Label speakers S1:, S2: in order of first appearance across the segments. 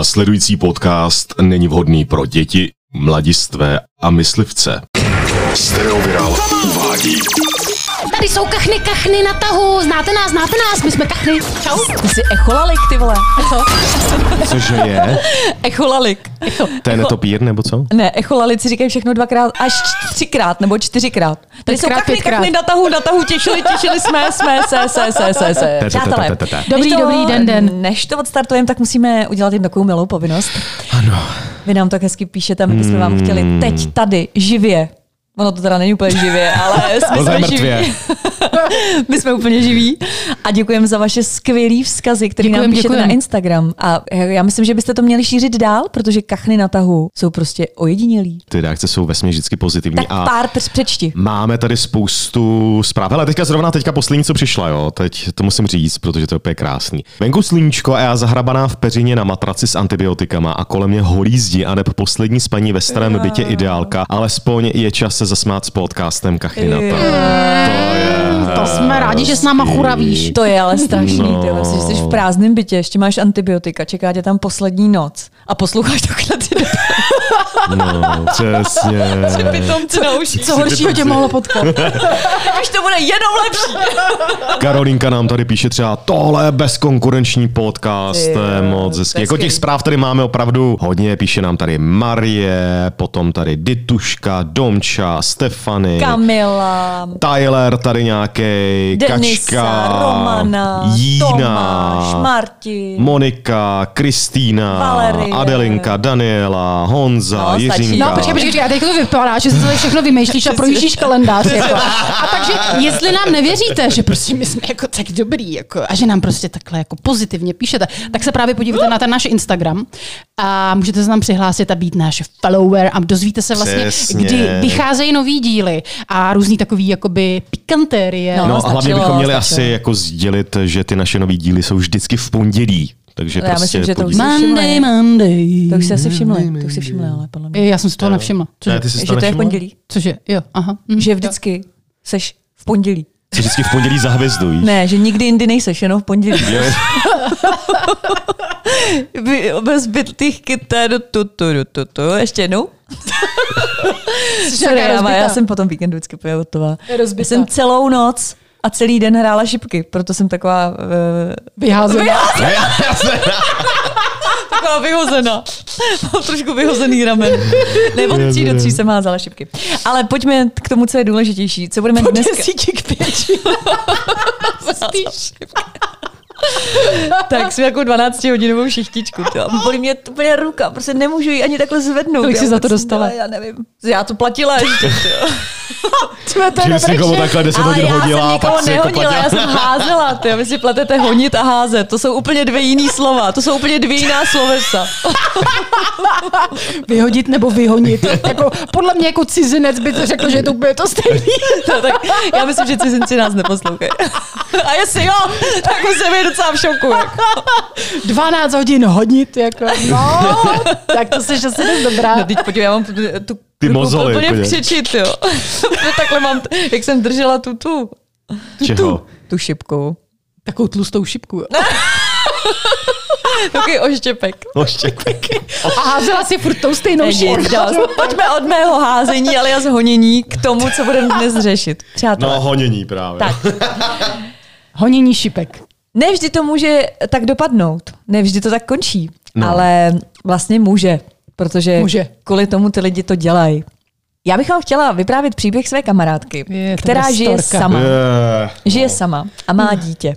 S1: Následující podcast není vhodný pro děti, mladistvé a myslivce.
S2: Stereoviral uvádí.
S3: Tady jsou kachny, kachny na tahu. Znáte nás, znáte nás, my jsme kachny. Čau.
S4: Ty jsi echolalik, ty vole. Co?
S5: Cože je?
S4: Echolalik. Echo.
S5: To je netopír, nebo co?
S4: Ne, echolalici říkají všechno dvakrát, až č- třikrát nebo čtyřikrát. Tady jsou
S3: Pětkrát,
S4: kachny,
S3: pětkrát.
S4: kachny, na tahu, na tahu, těšili, těšili jsme, jsme, se, se, se, se, se.
S5: Te, te, te,
S4: Přátelé,
S5: te, te, te.
S3: Dobrý,
S4: než
S3: dobrý, den, den.
S4: Než to odstartujeme, tak musíme udělat jednu takovou milou povinnost.
S5: Ano.
S4: Vy nám tak hezky píšete, my bychom vám chtěli teď, tady, živě. Ono to teda není úplně živě, ale jsme,
S5: Pořád
S4: jsme
S5: mrtvě.
S4: živí. My jsme úplně živí a děkujeme za vaše skvělý vzkazy, které nám
S3: Děkujem,
S4: píšete
S3: děkujem.
S4: na Instagram. A já myslím, že byste to měli šířit dál, protože kachny na tahu jsou prostě ojedinělí.
S5: Ty reakce jsou vesmě vždycky pozitivní.
S4: Tak
S5: a
S4: pár přes přečti.
S5: Máme tady spoustu zpráv. Ale teďka zrovna teďka poslední, co přišla, jo. Teď to musím říct, protože to je úplně krásný. Venku sluníčko a já zahrabaná v peřině na matraci s antibiotikama a kolem mě holí zdi a neb poslední spaní ve starém bytě ideálka. Alespoň je čas se zasmát s podcastem Kachny na to. To je
S3: To jsme rádi, že s náma churavíš.
S4: To je ale strašný, no. ty vlastně, že jsi v prázdném bytě, ještě máš antibiotika, čeká tě tam poslední noc a posloucháš takhle ty
S5: No, přesně.
S4: pitomce na uši. Co horšího tě mohlo potkat? Až to bude jenom lepší.
S5: Karolinka nám tady píše třeba tohle je bezkonkurenční podcast, to je
S4: Ty jo,
S5: moc
S4: to je
S5: hezký. Jako těch
S4: skvělý.
S5: zpráv tady máme opravdu hodně, píše nám tady Marie, potom tady Dituška, Domča, Stefany.
S4: Kamila,
S5: Tyler tady nějaký,
S4: Denisa,
S5: Kačka,
S4: Romana,
S5: Jína,
S4: Tomáš, Martin.
S5: Monika, Kristýna,
S4: Valerie.
S5: Adelinka, Daniela, Honza,
S4: No, stačí.
S5: Jiřinka.
S4: No,
S3: No, počkej, počkej, a teď to vypadá, že si to všechno vymýšlíš a projíždíš kalendář. Jako. A takže, jestli nám nevěříte, že prostě my jsme jako tak dobrý jako, a že nám prostě takhle jako pozitivně píšete, tak se právě podívejte na ten náš Instagram a můžete se nám přihlásit a být náš follower a dozvíte se vlastně,
S5: Přesně.
S3: kdy vycházejí nový díly a různý takový jakoby pikantérie.
S4: No,
S5: No, a hlavně
S4: stačilo,
S5: bychom měli
S4: stačilo.
S5: asi jako sdělit, že ty naše nový díly jsou vždycky v pondělí. Takže
S4: Já
S5: prostě
S4: myslím, že to
S5: podívej-
S4: už
S3: Monday, Monday.
S4: to už si asi všimli, to už si všimli, ale podle mě.
S3: Já jsem si toho nevšimla. Cože,
S5: Ne, ty jsi
S4: Že to je v
S5: nevšimla?
S4: pondělí,
S3: cože, jo, aha. mhm.
S4: že vždycky seš v pondělí.
S5: Jsi vždycky v pondělí zahvězdují.
S4: Ne, že nikdy jindy nejseš, jenom v pondělí. Vy- Bez bytých kytarů, tu, tu, tu, tu, tu, ještě jednou. Sorry,
S3: taká
S4: já, má- já
S3: rozbitá.
S4: jsem potom víkendu vždycky úplně hotová.
S3: Je rozbitá.
S4: Já jsem celou noc a celý den hrála šipky, proto jsem taková, uh,
S3: Vyházená.
S4: taková vyhozena. Mám trošku vyhozený ramen. Nebo od tří do tří jsem házela šipky. Ale pojďme k tomu, co je důležitější. Co budeme dneska...
S3: Desíček pěti.
S4: Tak jsem jako 12 hodinovou šichtičku. Tyjo. Bolí mě to úplně ruka, prostě nemůžu ji ani takhle zvednout.
S3: Kolik
S4: Já
S3: jsi za to
S4: vůbec-
S3: dostala?
S4: Já nevím. Já to platila ještě. tyjo.
S3: Jsme to
S5: Že jsi
S3: dobrý.
S5: někomu takhle 10
S4: Ale
S5: hodin
S4: já
S5: hodila
S4: jsem
S5: a pak
S4: nikoho
S5: si jako
S4: nehodila, já jsem házela. Ty, vy si pletete honit a házet. To jsou úplně dvě jiný slova. To jsou úplně dvě jiná slovesa.
S3: Vyhodit nebo vyhonit. jako, podle mě jako cizinec by to řekl, že je to úplně to stejný.
S4: No, tak já myslím, že cizinci nás neposlouchají. A jestli jo, tak už jsem je docela v šoku. Jako.
S3: 12 hodin honit, jako, no, tak to jsi asi dost dobrá.
S4: No, teď podívej, já mám tu, tu
S5: Ty mozoly, jako
S4: úplně
S5: podívej.
S4: křičit, jo. No, takhle mám, t- jak jsem držela tu tu.
S5: Čeho?
S4: Tu šipku.
S3: Takovou tlustou šipku.
S4: Takový oštěpek.
S5: No, Oštěpek.
S3: A házela si furt tou stejnou šipku.
S4: Nic, dál. Pojďme od mého házení, ale já z honění k tomu, co budeme dnes řešit. Přátelé.
S5: No, honění právě.
S4: Tak.
S3: Honění šipek.
S4: Nevždy to může tak dopadnout, nevždy to tak končí, no.
S5: No.
S4: ale vlastně může, protože
S3: Může.
S4: kvůli tomu ty lidi to dělají. Já bych vám chtěla vyprávět příběh své kamarádky,
S3: Je, to
S4: která
S3: je
S4: žije
S3: storka.
S4: sama.
S5: Eh,
S4: Žije sama a má dítě.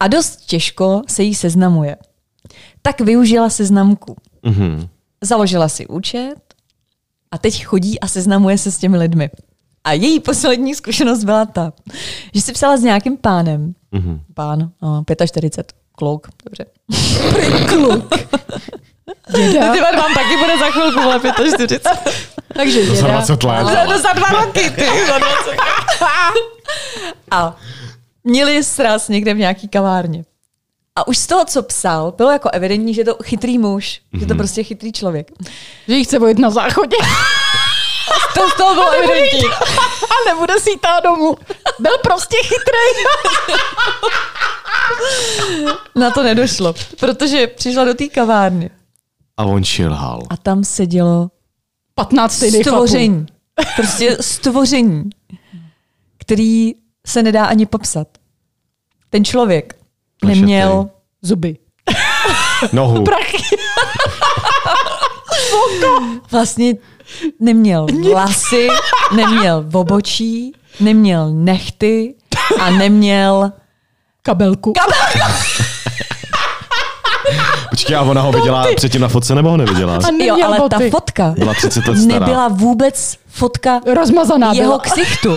S4: A dost těžko se jí seznamuje. Tak využila seznamku.
S5: mhm.
S4: Založila si účet a teď chodí a seznamuje se s těmi lidmi. A její poslední zkušenost byla ta, že si psala s nějakým pánem. Mm-hmm. Pán, no, 45, kluk, dobře.
S3: Kluk. Děda.
S4: Ty vám taky bude za chvilku, ale 45.
S3: Takže
S5: Za
S3: děda.
S5: 20 let.
S4: za, za dva roky, ty. Za 20. A měli sraz někde v nějaký kavárně. A už z toho, co psal, bylo jako evidentní, Mhm. že je to chytrý muž, že je to prostě chytrý člověk.
S3: Že jí chce vojit na záchodě.
S4: To z toho bylo evidentní.
S3: A nebude si jít domů. Byl prostě chytrý.
S4: Na to nedošlo, protože přišla do té kavárny
S5: A on šilhal.
S4: a tam sedělo
S3: 15 lidí
S4: stvoření. Prostě stvoření, který se nedá ani popsat. Ten člověk
S5: Plešatý.
S4: neměl
S3: Zuby.
S5: Nohu.
S4: vlastně neměl vlasy, neměl obočí, neměl nechty a neměl
S3: Kabelku.
S5: Počkej, a ona ho viděla předtím na fotce nebo ho neviděla?
S3: A neměl
S4: jo, ale
S3: boty.
S4: ta fotka
S5: Byla 30 let stará.
S4: nebyla vůbec fotka
S3: Rozmazaná
S4: jeho
S3: byla.
S4: ksichtu. To,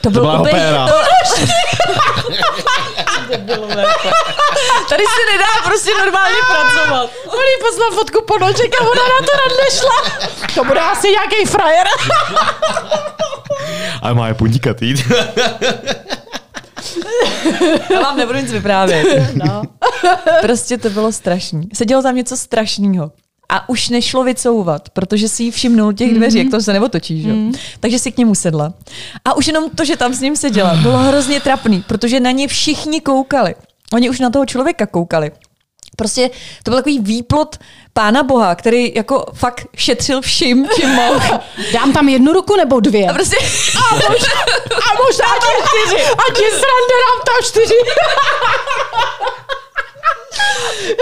S5: To byla
S4: bylo úplně...
S5: opéra.
S4: To... Tady se nedá prostě normálně pracovat.
S3: Oni poslal fotku ponožek a ona na to nadešla. To bude asi nějaký frajer.
S5: Ale má je podnikatý.
S4: Já vám nebudu nic vyprávět. No. Prostě to bylo strašný. Sedělo tam něco strašného. A už nešlo vycouvat, protože si jí všimnul těch dveří, mm-hmm. jak to se neotočí, že? Mm-hmm. Takže si k němu sedla. A už jenom to, že tam s ním seděla, bylo hrozně trapný, protože na ně všichni koukali. Oni už na toho člověka koukali. Prostě to byl takový výplot pána Boha, který jako fakt šetřil vším, čím mohl.
S3: Dám tam jednu ruku nebo dvě?
S4: A prostě...
S3: A možná ti čtyři. A ti srande nám tam čtyři.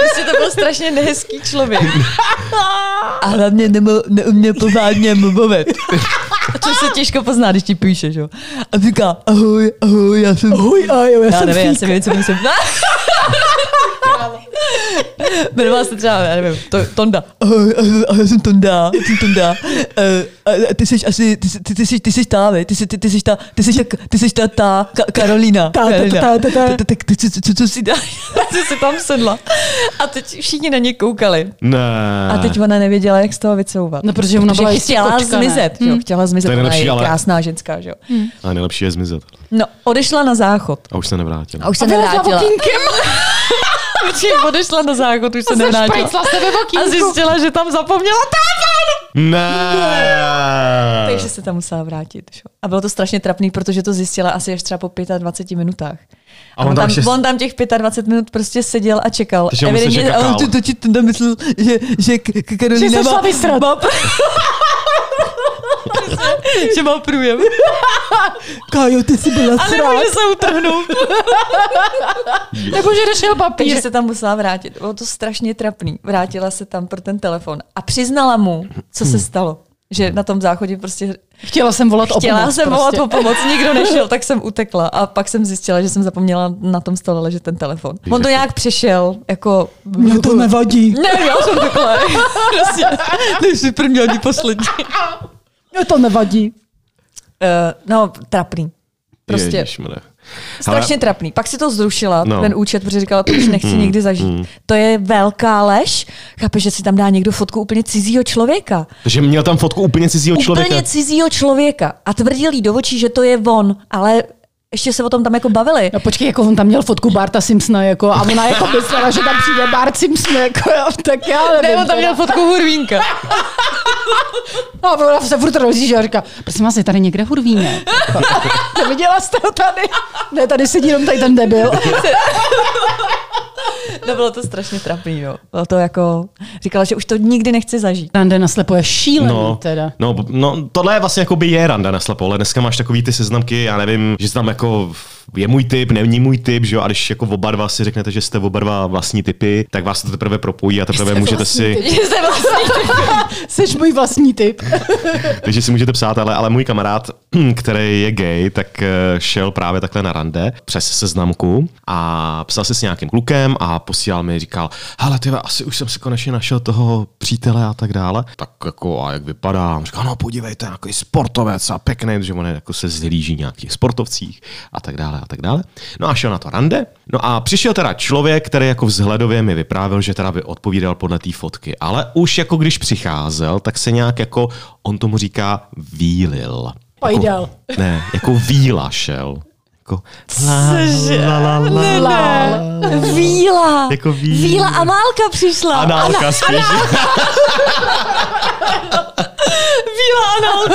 S4: Prostě to byl strašně nehezký člověk. A hlavně nemo, neuměl pořádně mluvit. Což se těžko pozná, když ti píšeš, jo. A říká, ahoj, ahoj, já jsem... Ahoj, ahoj, já, já
S3: jsem
S4: No, nevím, já
S3: fík.
S4: jsem nevím, co jsem. Jmenovala se třeba, já nevím, to, Tonda. Ahoj, ahoj, ahoj, já jsem Tonda, já jsem Tonda. Eh, a- a ty jsi asi, ty, jsi- ty, ty, jsi, ty jsi ta, vej, ty jsi, ty, ty jsi ta, ty jsi ta, ty jsi ta, ta, Ka- Karolína.
S3: ta, ta,
S4: Karolína.
S3: ta, ta, ta.
S4: Ta- Tak ty, co, co, co si dá? Ty si tam sedla. A teď všichni na ně koukali.
S5: Ne.
S4: A teď ona nevěděla, jak z toho vycouvat.
S3: No, protože ona byla jistě
S4: chtěla
S3: kočka, ne?
S4: zmizet, jo, chtěla zmizet,
S5: To je
S4: ona
S5: nejlepší,
S4: je
S5: ale-
S4: krásná ženská, že jo.
S5: A nejlepší je zmizet.
S4: No, odešla na záchod.
S5: A už se nevrátil.
S4: A už se
S3: A vylezla
S4: nevrátila.
S3: okýnkem.
S4: Určitě odešla na záchod, už se
S3: A
S4: nevrátila.
S3: zašprajcla se ve
S4: A
S3: okýnku.
S4: zjistila, že tam zapomněla telefon.
S5: Ne.
S4: Takže se tam musela vrátit. Že? jo. A bylo to strašně trapný, protože to zjistila asi až třeba po 25 minutách. A, on, tam,
S5: ještě-
S4: on tam těch 25 minut prostě seděl a čekal.
S5: Takže on myslel, že
S4: Evidentně- a
S5: kakao.
S4: on tu- to ti ten myslel, že, že K- K- Karolina
S3: Že se
S4: má-
S3: šla vysrat.
S4: má pr- že má průjem.
S3: Kájo, ty jsi byla
S4: A nemůže se utrhnout.
S3: Nebo že došel papír.
S4: Takže se tam musela vrátit. Bylo to strašně trapný. Vrátila se tam pro ten telefon a přiznala mu, co se stalo. Že na tom záchodě prostě
S3: Chtěla jsem volat o
S4: chtěla
S3: pomoc
S4: jsem volat
S3: prostě.
S4: po pomoc, nikdo nešel, tak jsem utekla. A pak jsem zjistila, že jsem zapomněla na tom stole ležet ten telefon. On to nějak přešel, jako...
S3: Mně to nevadí.
S4: Ne, já jsem takhle. prostě, nejsi první ani poslední.
S3: Mně to nevadí.
S4: Uh, no, trapný. Prostě
S5: Ježišmane.
S4: strašně trapný. Pak si to zrušila,
S5: No. Mm.
S4: no. ten účet, protože říkala, to už nechci nikdy zažít. To je velká lež. Chápeš, že si tam dá někdo fotku úplně cizího člověka.
S5: Že měl tam fotku úplně cizího člověka.
S4: Úplně cizího člověka. A tvrdil jí do očí, že to je on, ale ještě se o tom tam jako bavili.
S3: No počkej, jako on tam měl fotku Barta Simpsona, jako, a ona jako myslela, že tam přijde Bart Simpson, jako, jo, tak já nevím. teda.
S4: fotku Hurvínka.
S3: A ona se furt rozjíždí a říká, prosím vás, je tady někde hurvíně. Neviděla jste ho tady? Ne, tady sedí jenom tady ten debil.
S4: No bylo to strašně trapný, jo. Bylo to jako, říkala, že už to nikdy nechci zažít.
S3: Rande naslepo je šílený no.
S5: No,
S3: teda.
S5: no, no, tohle je vlastně jako by je randa na slepo, ale dneska máš takový ty seznamky, já nevím, že tam jako je můj typ, není můj typ, že jo, a když jako oba dva si řeknete, že jste oba dva vlastní typy, tak vás to teprve propojí a teprve
S3: Jste
S5: můžete
S3: vlastní
S5: si,
S3: typ. Seš můj vlastní typ.
S5: takže si můžete psát, ale, ale můj kamarád, který je gay, tak eh, šel právě takhle na rande přes seznamku a psal se s nějakým klukem a posílal mi, říkal, hele ty, asi už jsem si konečně našel toho přítele a tak dále. Tak jako, a jak vypadám? Říkal, no podívejte, nějaký sportovec a pěkný, protože on je jako se zhlíží nějakých sportovcích a tak dále a tak dále. No a šel na to rande. No a přišel teda člověk, který jako vzhledově mi vyprávěl, že teda by odpovídal podle té fotky, ale už jako když přicházel, tak se nějak jako, on tomu říká výlil.
S3: Pajdal.
S5: Jako, ne, jako výla šel. Jako, la, la, la, la, la.
S3: Lál.
S4: Víla.
S5: Jako víla.
S4: Víla a Málka přišla.
S5: Análka spíš.
S4: Víla a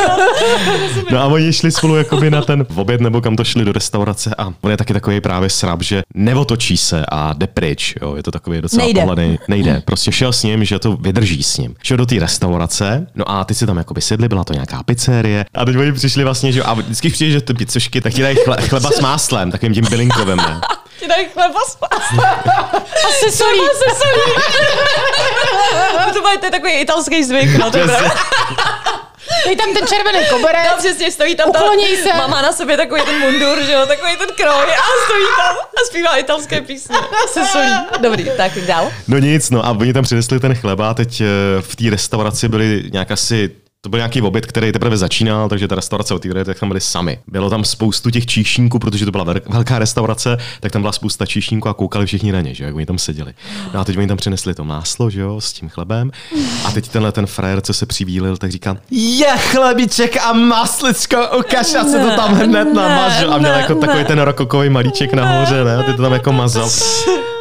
S5: No a oni šli spolu jakoby na ten oběd, nebo kam to šli do restaurace a on je taky takový právě srab, že neotočí se a jde pryč, jo, je to takový docela
S4: Nejde.
S5: pohledný, nejde, prostě šel s ním, že to vydrží s ním. Šel do té restaurace, no a ty si tam jakoby sedli, byla to nějaká pizzerie a teď oni přišli vlastně, že jo, a vždycky přijde, že ty pizzošky tak ti dají chle, chleba s máslem, takovým tím bylinkovým, ne?
S4: Ti dají chleba s máslem.
S3: A se solí.
S4: se solí. to, má, to je takový italský zvyk. No, to je pravda.
S3: Dej tam ten červený koberec.
S4: No, přesně, stojí tam ta
S3: Ukloněj se.
S4: mama na sobě takový ten mundur, že jo, takový ten kroj a stojí tam a zpívá italské písně. A se solí. Dobrý, tak dál.
S5: No nic, no a oni tam přinesli ten chleba a teď eh, v té restauraci byli nějak asi to byl nějaký oběd, který teprve začínal, takže ta restaurace otevírala, tak tam byli sami. Bylo tam spoustu těch číšníků, protože to byla ver- velká restaurace, tak tam byla spousta číšníků a koukali všichni na ně, že jo, jak oni tam seděli. No a teď oni tam přinesli to máslo, že jo, s tím chlebem. A teď tenhle ten frajer, co se přivílil, tak říká, je chlebíček a másličko, ukaž, a se to tam hned
S4: Ne,
S5: namažu. A měl
S4: ne,
S5: jako takový
S4: ne.
S5: ten rokokový malíček nahoře, ne? A Ty to tam jako mazal.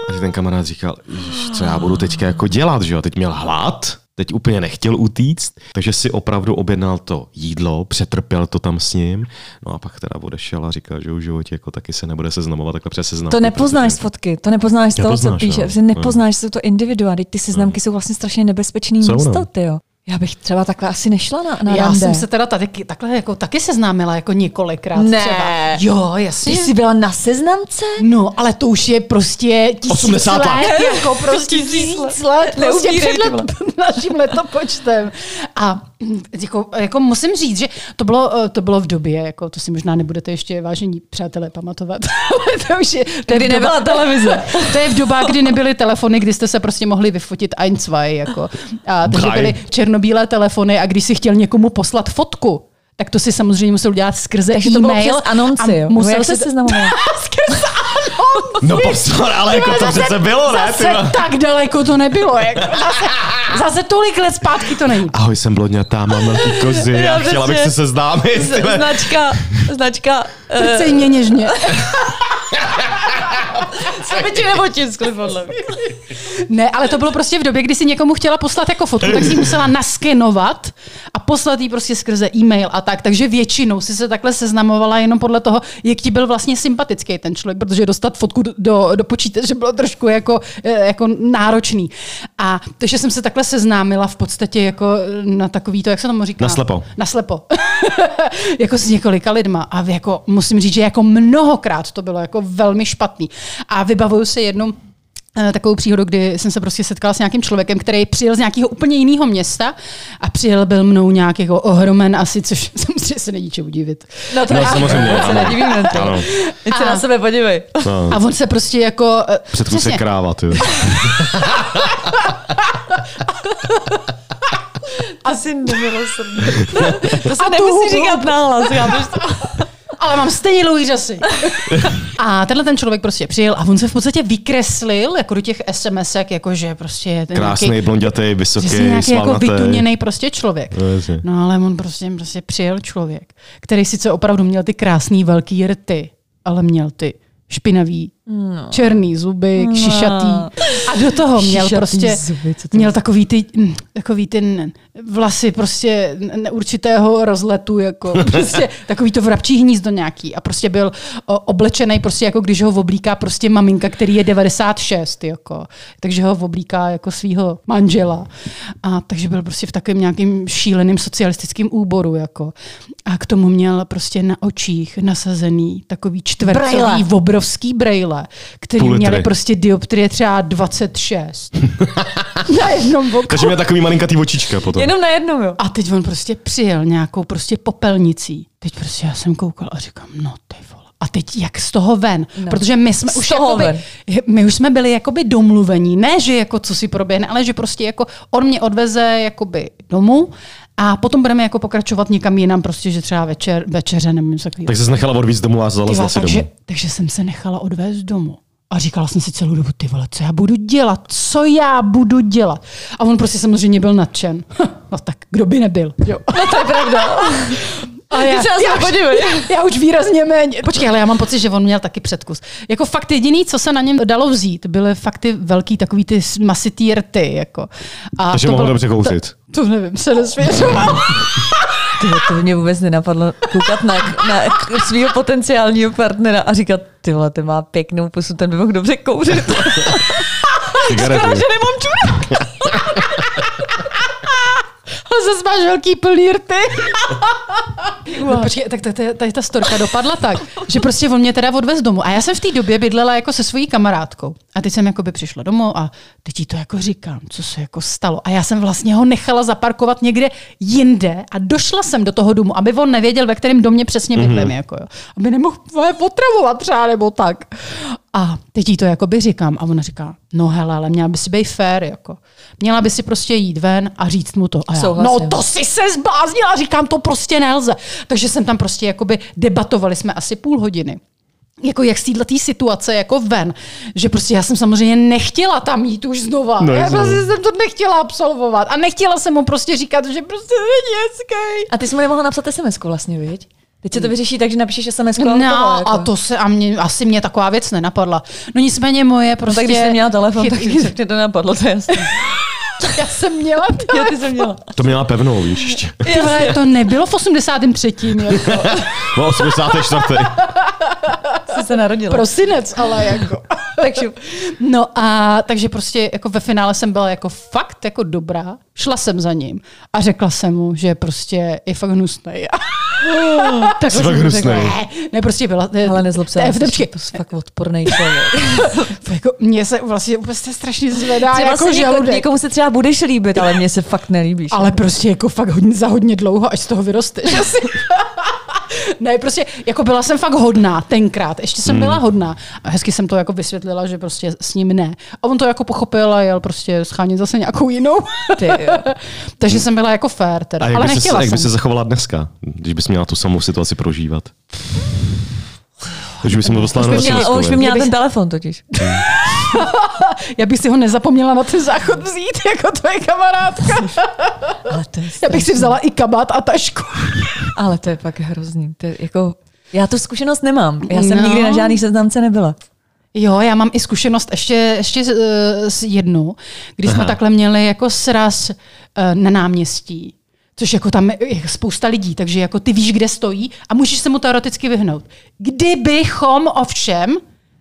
S5: A že ten kamarád říkal, "Ježiš, co já budu teďka jako dělat, že jo? Teď měl hlad, teď úplně nechtěl utíct, takže si opravdu objednal to jídlo, přetrpěl to tam s ním, no a pak teda odešel a říkal, že už v životě jako taky se nebude seznamovat takhle přes seznam.
S4: To nepoznáš z fotky, to nepoznáš z
S5: Já
S4: toho, co
S5: poznáš,
S4: píše.
S5: no.
S4: No. Nepoznáš, jsou to individua, teď ty seznamky jsou vlastně strašně nebezpečný
S5: Jsou, no.
S4: místo, ty jo. Já bych třeba takhle asi nešla na, na
S3: Já
S4: rande.
S3: jsem se teda taky, takhle jako taky seznámila jako několikrát
S4: Ne.
S3: třeba. Jo, jasně.
S4: Ty jsi byla na seznamce?
S3: No, ale to už je prostě tisíc
S5: 80 let.
S3: let, jako prostě tisíc let, prostě
S4: Neubírej,
S3: před
S4: ty
S3: let, naším letopočtem. A mm, jako, jako, musím říct, že to bylo, eh, to bylo v době, jako to si možná nebudete ještě, vážení přátelé, pamatovat. Ale to už je, to je
S4: Kdy
S3: v doba-
S4: nebyla televize.
S3: To je v dobách, kdy nebyly telefony, kdy jste se prostě mohli vyfotit ein, zwei, jako. A, takže
S5: Drei.
S3: byly černobílé telefony a když si chtěl někomu poslat fotku, tak to si samozřejmě musel dělat skrze
S4: Takže to bylo
S3: e-mail.
S4: přes anonci,
S3: a
S4: jo.
S3: musel
S4: Musel Jak
S3: se
S4: se seznamovala?
S5: No pozor, ale jako to přece bylo, ne? ty
S3: Zase
S5: vole?
S3: tak daleko to nebylo. Jako zase, zase tolik let zpátky to není.
S5: Ahoj, jsem blodňatá, mám velký kozy
S4: Já
S5: a chtěla bych
S4: přesně.
S5: se seznámit. ty vole.
S4: Značka, značka. eh,
S3: Chce mě něžně.
S4: Aby ti nebo tiskli, podle mě.
S3: Ne, ale to bylo prostě v době, kdy si někomu chtěla poslat jako fotku, tak si ji musela naskenovat a poslat ji prostě skrze e-mail a tak. Takže většinou si se takhle seznamovala jenom podle toho, jak ti byl vlastně sympatický ten člověk, protože dostat fotku do- do, do počítače bylo trošku jako, eh, jako náročný. A takže jsem se takhle seznámila v podstatě jako na takový to, jak se tomu říká?
S5: Naslepo.
S3: Naslepo. jako s několika lidma. A jako, musím říct, že jako mnohokrát to bylo jako velmi špatný. A vybavuju se jednou eh, takovou příhodu, kdy jsem se prostě setkala s nějakým člověkem, který přijel z nějakého úplně jiného města a přijel byl mnou nějak jako ohromen asi, což samozřejmě se není čemu divit.
S4: No to
S5: No, samozřejmě,
S4: se
S5: ano.
S4: nedivíme. ty.
S5: Ano.
S4: Teď se na sebe podívej.
S3: A on se prostě jako... eh,
S5: Předchůd se
S3: přesně,
S5: kráva, ty. jo.
S4: Asi nemilosrdný. to se
S3: A tu
S4: nemusí
S3: hubu.
S4: říkat nahlas, chápeš to?
S3: ale mám stejně dlouhý řasy. A tenhle ten člověk prostě přijel a on se v podstatě vykreslil jako do těch SMSek, jako že prostě je ten nějaký-
S5: Krásný, blondětej,
S3: Že jsi
S5: vysoký,
S3: nějaký jako
S5: svalnatý.
S3: vytuněný prostě člověk.
S5: No, jasně.
S3: No ale on prostě, prostě přijel člověk, který sice opravdu měl ty krásný velký rty, ale měl ty špinavý, no. černý zuby, kšišatý. A do toho měl
S4: Kšišatý
S3: prostě,
S4: No. zuby, co to
S3: měl takový ty, mm, takový ty n- vlasy prostě n- neurčitého rozletu, jako prostě takový to vrabčí hnízdo nějaký. A prostě byl o, oblečený prostě jako když ho oblíká prostě maminka, který je 96, jako. Takže ho oblíká jako svého manžela. A takže byl prostě v takovém nějakým šíleným socialistickém úboru, jako. A k tomu měl prostě na očích nasazený takový čtvercový
S4: Brejle.
S3: obrovský brejle, který
S5: Půl litry.
S3: měli prostě dioptrie třeba 26. na jednom boku.
S5: Takže měl takový malinkatý očička potom.
S4: Jenom na jednom, jo.
S3: A teď on prostě přijel nějakou prostě popelnicí. Teď prostě já jsem koukal a říkám, no ty vole. A teď jak z toho ven? No. Protože my jsme
S4: Z
S3: už
S4: toho
S3: jakoby,
S4: ven.
S3: my už jsme byli jakoby domluvení. Ne, že jako co si proběhne, ale že prostě jako on mě odveze jakoby domů a potom budeme jako pokračovat někam jinam, prostě, že třeba večer, večeře nebo něco takového.
S5: Tak se nechala odvíz domů a
S3: Ty
S5: zalezla
S3: vole,
S5: si
S3: takže,
S5: domů.
S3: takže jsem se nechala odvést domů. A říkala jsem si celou dobu, ty vole, co já budu dělat, co já budu dělat. A on prostě samozřejmě byl nadšen. no tak, kdo by nebyl. Jo.
S4: No to je pravda.
S3: Ale já,
S4: Ty se na sebe
S3: já, už,
S4: podívej.
S3: já už výrazně méně. Počkej, ale já mám pocit, že on měl taky předkus. Jako fakt jediný, co se na něm dalo vzít, byly fakt ty velký takový ty masitý rty. Jako. A
S5: Takže mohl dobře kouřit.
S3: To, to nevím, se nesvěřoval.
S4: Ty, vole, to mě vůbec nenapadlo koukat na, na svého potenciálního partnera a říkat, ty vole, ten má pěknou pusu, ten by mohl dobře kouřit.
S5: Cigarety.
S4: Skoro, že nemám čurák.
S3: Ale zase máš velký plný rty. no, počkej, tak tady ta, ta, ta storka dopadla tak, že prostě on mě teda odvez domů. A já jsem v té době bydlela jako se svojí kamarádkou. A teď jsem jakoby přišla domů a teď jí to jako říkám, co se jako stalo. A já jsem vlastně ho nechala zaparkovat někde jinde a došla jsem do toho domu, aby on nevěděl, ve kterém domě přesně bydlím. Mm-hmm. Jako, jo. Aby nemohl vole, otravovat třeba nebo tak. A teď jí to jakoby říkám a ona říká, no hele, ale měla by si být fair, jako. Měla by si prostě jít ven a říct mu to. A já,
S4: Souhlasím.
S3: no to si se zbláznila, říkám, to prostě nelze. Takže jsem tam prostě jakoby debatovali jsme asi půl hodiny. Jako jak z této situace jako ven. Že prostě já jsem samozřejmě nechtěla tam jít už znova.
S5: No,
S3: No, já
S5: jasně.
S3: prostě jsem to nechtěla absolvovat. A nechtěla jsem mu prostě říkat, že prostě není hezký.
S4: A ty jsi mu nemohla napsat sms vlastně, viď? Teď se to vyřeší tak, že napíšeš sms
S3: No, a
S4: jako.
S3: to se, a mě, asi mě taková věc nenapadla. No nicméně moje prostě...
S4: No, tak když jsi měla telefon, tak
S3: chytrý-
S4: mě to napadlo, to je jasné.
S3: Já jsem měla
S4: Já ty
S3: telefon.
S4: jsem měla.
S5: To měla pevnou, víš, ještě.
S3: Ty vole, to nebylo v 83. Jako.
S5: No, 84.
S4: Jsi se narodila.
S3: Prosinec, ale jako.
S4: Takže
S3: No a takže prostě jako ve finále jsem byla jako fakt jako dobrá. Šla jsem za ním a řekla jsem mu, že prostě je fakt hnusnej. tak
S5: fakt hnusnej.
S3: Ne, ne, prostě byla. Ne,
S4: ale nezlob se.
S3: ne,
S4: ale
S3: ne,
S4: jsi prostě
S3: počkej,
S4: fakt odporný člověk.
S3: jako, mě se vlastně úplně se strašně zvedá
S4: Třeba
S3: jako
S4: se něko,
S3: žaludek.
S4: někomu se třeba budeš líbit, ale mně se fakt nelíbíš.
S3: Ale prostě jako fakt hodně, za hodně dlouho, až z toho vyrosteš. asi. ne, prostě jako byla jsem fakt hodná tenkrát, ještě
S5: Hmm.
S3: jsem byla hodná. A hezky jsem to jako vysvětlila, že prostě s ním ne. A on to jako pochopil a jel prostě schánit zase nějakou jinou.
S4: Ty, jo.
S3: Takže jsem byla jako fair teda,
S5: A jak,
S3: ale
S5: by se,
S3: nechtěla
S5: jak by
S3: jsem.
S5: se zachovala dneska, když bys měla tu samou situaci prožívat? Už bys mu poslala
S4: Už
S5: na
S4: by měla,
S5: SMS-ku,
S4: už by
S5: ne?
S4: měla ten telefon totiž.
S3: Já bych si ho nezapomněla na ten záchod vzít, jako tvoje kamarádka.
S4: Ale to je
S3: Já bych si vzala i kabát a tašku.
S4: Ale to je pak hrozný. To je jako... Já tu zkušenost nemám. Já jsem
S3: No.
S4: no. nikdy na žádných seznamce nebyla.
S3: Jo, já mám i zkušenost ještě, ještě eh, s jednu, kdy jsme takhle měli jako sraz eh, na náměstí. Což jako tam je spousta lidí, takže jako ty víš, kde stojí a můžeš se mu teoreticky vyhnout. Kdybychom ovšem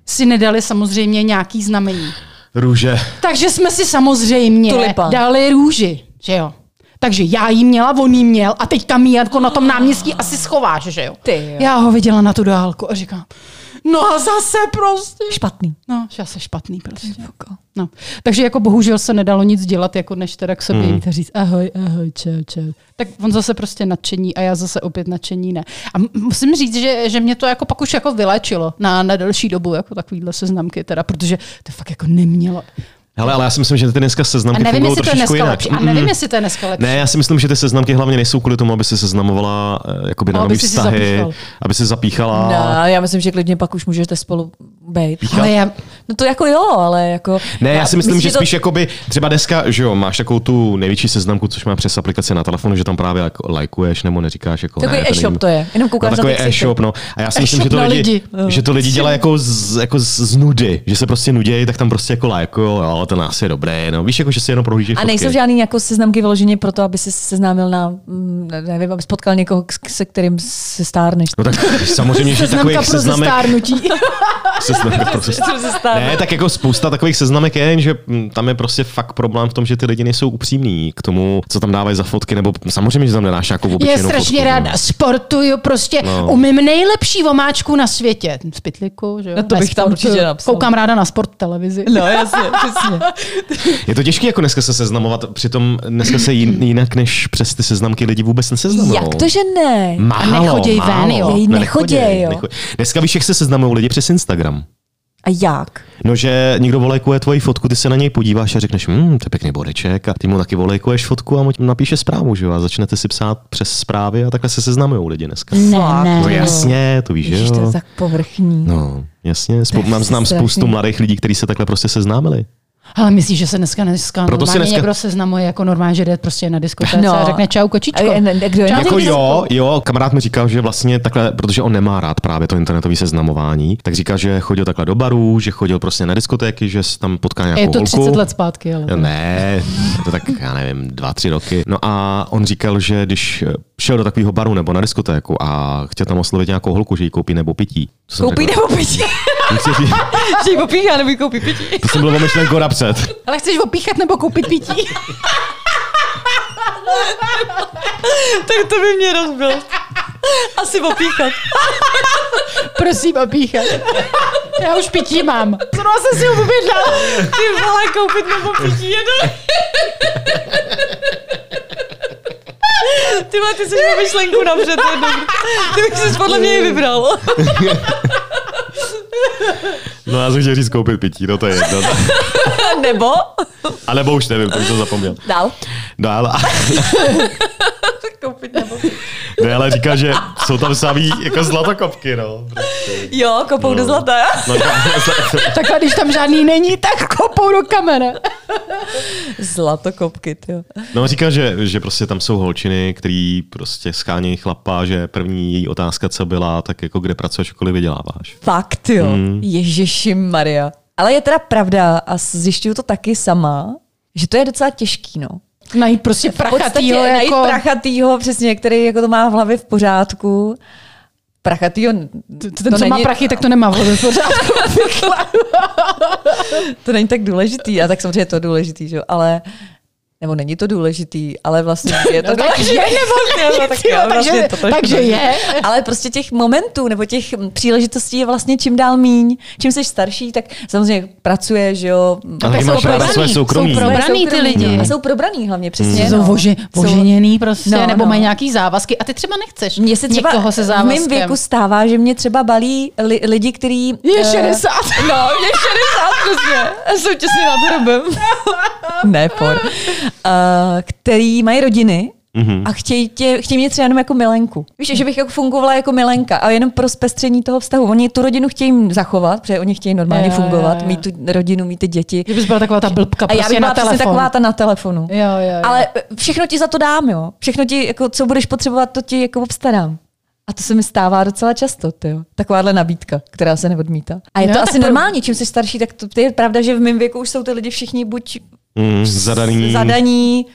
S3: si nedali samozřejmě nějaký znamení.
S5: Růže.
S3: Takže jsme si samozřejmě
S4: Tulipan.
S3: dali růži, že jo. Takže já jí měla, on jí měl a teď tam jí jako na tom náměstí asi schováš, že jo.
S4: Ty jo.
S3: Já ho viděla na tu dálku a říkám, no a zase prostě.
S4: Špatný.
S3: No, že zase špatný prostě. No. Takže jako bohužel se nedalo nic dělat, jako než teda k
S5: Hmm.
S3: sobě jít a říct ahoj, ahoj, čau, čau. Tak on zase prostě nadšení a já zase opět nadšení ne. A m- musím říct, že, že mě to jako pak už jako vylečilo na, na delší dobu, jako takovýhle seznamky teda, protože to fakt jako nemělo.
S5: Hele, ale já si myslím, že ty dneska
S3: A
S5: seznamky
S3: nevím,
S5: fungují
S3: jestli to je
S5: trošičku
S3: dneska
S5: jinak.
S3: lepší. A nevím, jestli to je dneska lepší.
S5: Ne, já si myslím, že ty seznamky hlavně nejsou kvůli tomu, aby se seznamovala eh, jakoby na
S3: No, aby
S5: nový
S3: si si
S5: vztahy,
S3: zapíchal.
S5: aby se zapíchala.
S4: No, já myslím, že klidně pak už můžete spolu být.
S5: Já-
S3: Ale já,
S4: No to jako jo, ale jako...
S5: Ne, já si myslím, že
S4: to-
S5: spíš jakoby třeba dneska, že jo, máš takovou tu největší seznamku, což má přes aplikaci na telefonu, že tam právě jako lajkuješ nebo neříkáš jako
S4: Takový
S5: ne, ten
S4: e-shop
S5: jim-
S4: to je, jenom
S5: no,
S4: koukáš na
S5: takový
S4: texty.
S5: e-shop, no. A já si myslím,
S3: E-shop
S5: že to
S3: na
S5: lidi,
S3: lidi.
S5: že to lidi dělají jako z, jako z, z nudy, že se prostě nudějí, tak tam prostě jako lajkujou, jo, ale ten asi je dobré, no. Víš, jako že si jenom prohlížíš
S4: A nejsou
S5: fotky.
S4: žádný jako seznamky vyloženě pro to, aby se seznámil na, mm, nevím, aby spotkal někoho, k- se kterým se stárneš.
S5: No tak samozřejmě, že
S3: seznamka
S5: takových
S3: pro
S5: seznamek,
S3: zestárnutí.
S5: seznamka pro zestárnutí. Ne, tak jako spousta takových seznamek je, že mm, tam je prostě fakt problém v tom, že ty lidi nejsou upřímní k tomu, co tam dávají za fotky, nebo samozřejmě, že tam nedáš nějakou
S3: Je
S5: obyčejnou
S3: strašně
S5: fotku, no.
S3: ráda, sportuju, prostě
S5: No.
S3: no. umím nejlepší vomáčku na světě. Z pytliku, že jo?
S4: No to
S3: Ne,
S4: bych tam
S3: sportuju.
S4: určitě napsala.
S3: Koukám ráda na sport televizi.
S4: No, jasně, přesně.
S5: Je to těžké jako dneska se seznamovat, přitom dneska se jin- jinak než přes ty seznamky lidi vůbec neseznamují.
S4: Jak to, že ne?
S5: Málo,
S3: A nechoděj
S5: málo.
S3: ven, jo.
S4: Jej
S5: Ne,
S4: nechoděj, jo.
S5: nechoděj. Dneska víš, jak se seznamují lidi přes Instagram.
S4: A jak?
S5: No, že někdo volejkuje tvoji fotku, ty se na něj podíváš a řekneš, hm, to je pěkný bodeček a ty mu taky volejkuješ fotku a mu napíše zprávu, že jo, a začnete si psát přes zprávy a takhle se seznamují lidi dneska.
S4: Fakt,
S3: Ne, ne.
S5: No jasně, to víš, že
S4: Ježiš, to
S5: jo.
S4: je tak povrchní.
S5: No, jasně,
S4: To
S5: spou-
S4: je
S5: mám znám
S4: strašný.
S5: spoustu mladých lidí, kteří se takhle prostě seznámili.
S3: Ale myslíš, že se dneska, dneska
S5: Proto si
S3: normálně
S5: dneska-
S3: dneska... někdo seznamuje jako normálně, že jde prostě na diskotéce
S4: No.
S3: no. a řekne čau kočičko.
S4: A- ne- ne- kdo No, je-
S3: Čau,
S5: Jako
S3: ty-
S5: jo, jo, kamarád mi říkal, že vlastně takhle, protože on nemá rád právě to internetové seznamování, tak říká, že chodil takhle do barů, že chodil prostě na diskotéky, že se tam potká nějakou
S3: Je to
S5: holku.
S3: 30 let zpátky, ale...
S5: Ne, je to tak, já nevím, dva, tři roky. No a on říkal, že když eh, šel do takového baru nebo na diskotéku a chtěl tam oslovit nějakou holku, že jí koupí nebo pití. To jsem
S4: Koupí
S5: řekl,
S4: nebo pití.
S5: "Musíš říct,
S4: že ji popíchá nebo jí koupí pití.
S5: To jsem byl o myšlenku napřed.
S3: Ale chceš opíchat nebo koupit pití?
S4: tak to by mě rozbil. Asi popíchat.
S3: Prosím, opíchat. Já už pití mám. Zrovna jsem si ho objednala.
S4: Ty vole, koupit nebo pití jedno. Ty vole, ty jsi měl myšlenku napřed, to je dobrý. Ty bych si podle mě i vybral.
S5: No já jsem chtěl říct koupit pití, no to je jedno.
S4: nebo?
S5: A nebo už nevím, to už jsem zapomněl. No,
S4: Dál.
S5: Dál. A,
S4: Koupit nebo
S5: ne, ale říká, že jsou tam samý jako zlatokopky, no.
S4: Jo, kopou do zlata.
S5: no
S3: Tak a když tam žádný není, tak kopou do kamene.
S4: Zlatokopky, jo.
S5: No říká, že, že prostě tam jsou holčiny, který prostě schánějí chlapa, že první její otázka, co byla, tak jako kde pracuješ, kolik vyděláváš.
S4: Fakt jo. Mm. Ježiši Maria. Ale je teda pravda a zjišťuju to taky sama, že to je docela těžký, no.
S3: Najít prostě
S4: V podstatě
S3: prachatýho
S4: najít
S3: jako...
S4: prachatýho, přesně, který jako to má v hlavě v pořádku. Prachatýho,
S3: Ten,
S4: to,
S3: co má
S4: není,
S3: prachy, tak to nemá v hlavě v pořádku.
S4: to není tak důležitý. A tak samozřejmě je to důležitý, že jo, ale nebo není to důležitý, ale vlastně je to
S3: No, tak
S4: důležitý.
S3: je, nebo-
S4: Jo, tak jo,
S3: Jo,
S4: vlastně
S3: takže-
S4: to trošku
S3: takže
S4: není.
S3: je.
S4: Ale prostě těch momentů nebo těch mm, příležitostí je vlastně čím dál míň. Čím jsi starší, tak samozřejmě pracuje, že jo.
S5: A taky
S3: jsou
S5: máš ráda
S3: probraný,
S5: své
S3: jsou
S5: soukromí.
S3: probraný. Probraný ty lidi.
S4: A jsou probraný hlavně, přesně.
S3: Jsou
S4: no.
S3: voži, voženěný prostě,
S4: No,
S3: no, nebo
S4: no.
S3: no. mají nějaký závazky a ty třeba nechceš
S4: Mně se třeba
S3: někoho se
S4: v
S3: závazkem.
S4: mém věku stává, že mě třeba balí li, lidi, kteří...
S3: je 60.
S4: No, je 60 přesně. Jsou těsně nad hrobem. ne, por. Uh, který mají rodiny Mm-hmm. A chtějí, tě, chtějí mě třeba jenom jako milenku. Víš, že bych jako fungovala jako milenka a jenom pro zpestření toho vztahu. Oni tu rodinu chtějí zachovat, protože oni chtějí normálně
S3: Jo, jo,
S4: fungovat,
S3: jo.
S4: mít tu rodinu, mít ty děti.
S3: Že bys byla taková ta blbka
S4: A já
S3: prostě
S4: bych
S3: na
S4: byla přesně
S3: telefon.
S4: taková ta na telefonu.
S3: Jo, jo, jo.
S4: Ale všechno ti za to dám, jo. Všechno ti, jako, co budeš potřebovat, to ti jako obstarám. A to se mi stává docela často, ty jo. Takováhle nabídka, která se neodmítá. A je
S3: No,
S4: to
S3: tak
S4: asi
S3: pro-
S4: normální, čím jsi starší, tak to, to je pravda, že v mém věku už jsou ty lidi všichni buď
S5: Mm, zadaný.
S4: zadaní,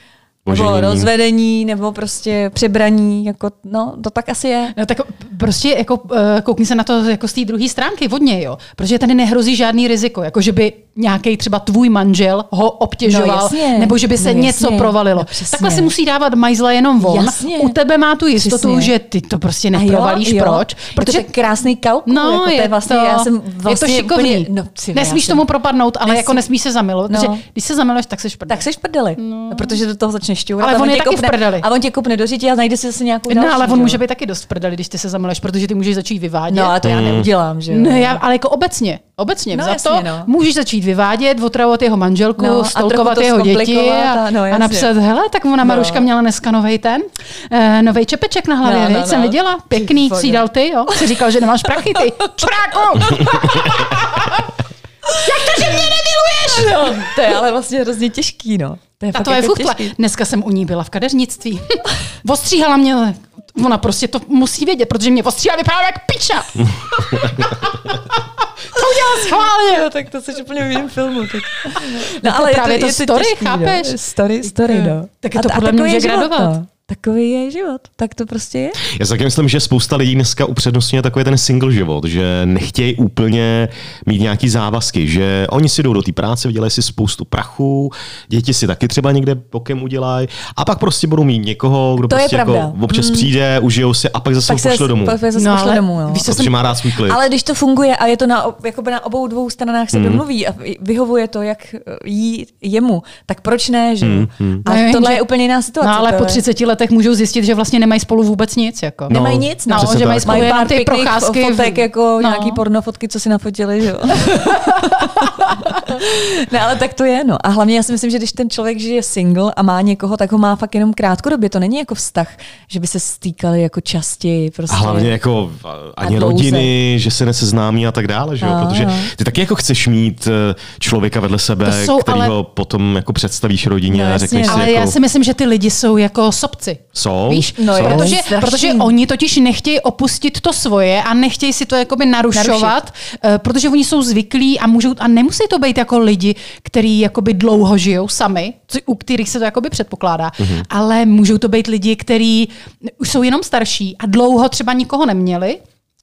S4: nebo
S5: Oženění.
S4: rozvedení, nebo prostě přebraní, jako, no, to tak asi je.
S3: No tak prostě jako eh, koukni se na to jako z té druhé stránky od něj, jo. Protože tady nehrozí žádný riziko, jako že by nějaký třeba tvůj manžel ho obtěžoval,
S4: No jasně,
S3: nebo že by
S4: no
S3: se
S4: jasně,
S3: něco provalilo.
S4: no přesně.
S3: Takhle si musí dávat majzla jenom on.
S4: Jasně.
S3: U tebe má tu jistotu,
S4: Přesně.
S3: že ty to prostě
S4: A jo,
S3: neprovalíš.
S4: jo.
S3: Proč?
S4: Protože
S3: Protože
S4: je to tak krásný kalkul.
S3: No,
S4: jako to
S3: je,
S4: je vlastně,
S3: to,
S4: já jsem vlastně
S3: je to šikovný.
S4: Úplně, no, ty,
S3: Nesmíš
S4: já jsem-
S3: tomu propadnout, ale
S4: Nesmí-
S3: jako nesmíš se zamilovat,
S4: No.
S3: no. protože když se zamiluješ, tak seš prdel.
S4: Tak seš v prdeli, no. protože do toho začneš šťourat.
S3: Ale
S4: a
S3: on je
S4: tě
S3: taky v
S4: kopne-
S3: prdeli.
S4: A on tě kopne do řítí a najde si zase nějakou další.
S3: no, ale
S4: že
S3: on
S4: jo?
S3: může být taky dost v prdeli, když ty se zamiluješ, protože ty můžeš začít vyvádět.
S4: No, ale to já neudělám, že jo.
S3: Ne, já, ale jako obecně. Obecně
S4: No,
S3: no, za
S4: jasně,
S3: to
S4: no.
S3: no. můžeš začít vyvádět, otravovat jeho manželku,
S4: No, a
S3: no,
S4: trochu
S3: stolkovat
S4: to
S3: jeho děti
S4: zkomplikovat
S3: a,
S4: a- no, jasně.
S3: a napsat, hele, tak ona Maruška
S4: No.
S3: měla dneska novej ten, eh, novej čepeček na hlavě,
S4: No,
S3: no,
S4: no,
S3: no, jsem
S4: no.
S3: viděla,
S4: Ty
S3: pěkný,
S4: vole.
S3: si dal ty, jo? Jsi říkal, že nemáš prachy, ty. Čuráku!
S4: No, to je ale vlastně hrozně těžký, no. To je
S3: Ta
S4: fakt
S3: tvoje
S4: jako
S3: fuchtla.
S4: těžký.
S3: Dneska jsem u ní byla v kadeřnictví. Ostříhala mě, ona prostě to musí vědět, protože mě ostříhala vypadala jak piča. to udělala schválně.
S4: Jo, tak to jsi úplně v jiném filmu. Teď. No, ale
S3: právě to story, chápeš?
S4: No. Story, story, no.
S3: Tak je
S4: A
S3: to
S4: ta- a
S3: podle mě
S4: takový je
S3: může
S4: život,
S3: gradovat.
S4: no. Takový je život. Tak to prostě je.
S5: Já si taky myslím, že spousta lidí dneska upřednostňuje takový ten single život, že nechtějí úplně mít nějaký závazky, že oni si jdou do té práce, vydělají si spoustu prachu, děti si taky třeba někde bokem udělají a pak prostě budou mít někoho, kdo
S4: To je
S5: prostě jako
S4: pravda. Hmm.
S5: občas přijde, užijou si a pak zase
S4: Pak
S5: ho pošle domů.
S4: Pak se zase pošle domů, no. jo.
S3: víš, co
S5: Protože
S3: jsem,
S5: má rád svůj klid.
S4: Ale když to funguje a je to na, jakoby na obou dvou stranách
S5: Hmm.
S4: se domluví a vyhovuje to, jak eh, jí jemu, tak proč ne, že? Mm, mm. A
S5: Hmm,
S3: Ne,
S4: tohle
S3: jenže-
S4: No, je úplně jiná situace.
S3: no ale
S4: to
S3: po
S4: je-
S3: 30 letech můžou zjistit, že vlastně nemají spolu vůbec nic. Jako.
S5: No,
S4: Nemají nic, no.
S3: No,
S5: přesně
S3: že mají
S5: tak,
S3: spolu
S4: Mají
S3: jenom
S4: pár
S3: ty
S4: pěkných
S3: procházky. v-
S4: fotek, jako
S3: no.
S4: no. nějaký pornofotky, co si nafotili, že jo. ne, ale tak to je, no. A hlavně já si myslím, že když ten člověk žije single a má někoho, tak ho má fakt jenom krátkodobě. To není jako vztah, že by se stýkali jako častěji.
S5: A
S4: Prostě.
S3: no.
S5: hlavně jako a- ani
S4: A dlouze.
S5: rodiny, že se neseznámí a tak dále, že jo?
S4: No,
S5: Protože
S4: no.
S5: ty taky jako chceš mít eh, člověka vedle sebe,
S3: To jsou
S5: který
S3: ale-
S5: ho potom jako představíš rodině
S4: No,
S5: a
S4: jasně.
S5: řekneš si
S3: Ale
S5: jako...
S3: já si myslím, že ty lidi jsou jako sobci.
S5: Jsou?
S3: Víš?
S4: No,
S5: jsou?
S4: jo.
S3: Protože,
S4: strašný.
S3: protože oni totiž nechtějí opustit to svoje a nechtějí si to jakoby narušovat, eh, protože oni jsou zvyklí a můžou a nemusí to být jako lidi, kteří jakoby dlouho žijou sami, co, u kterých se to jakoby předpokládá,
S4: Mhm.
S3: mm-hmm. ale můžou to být lidi, kteří už jsou jenom starší a dlouho třeba nikoho neměli.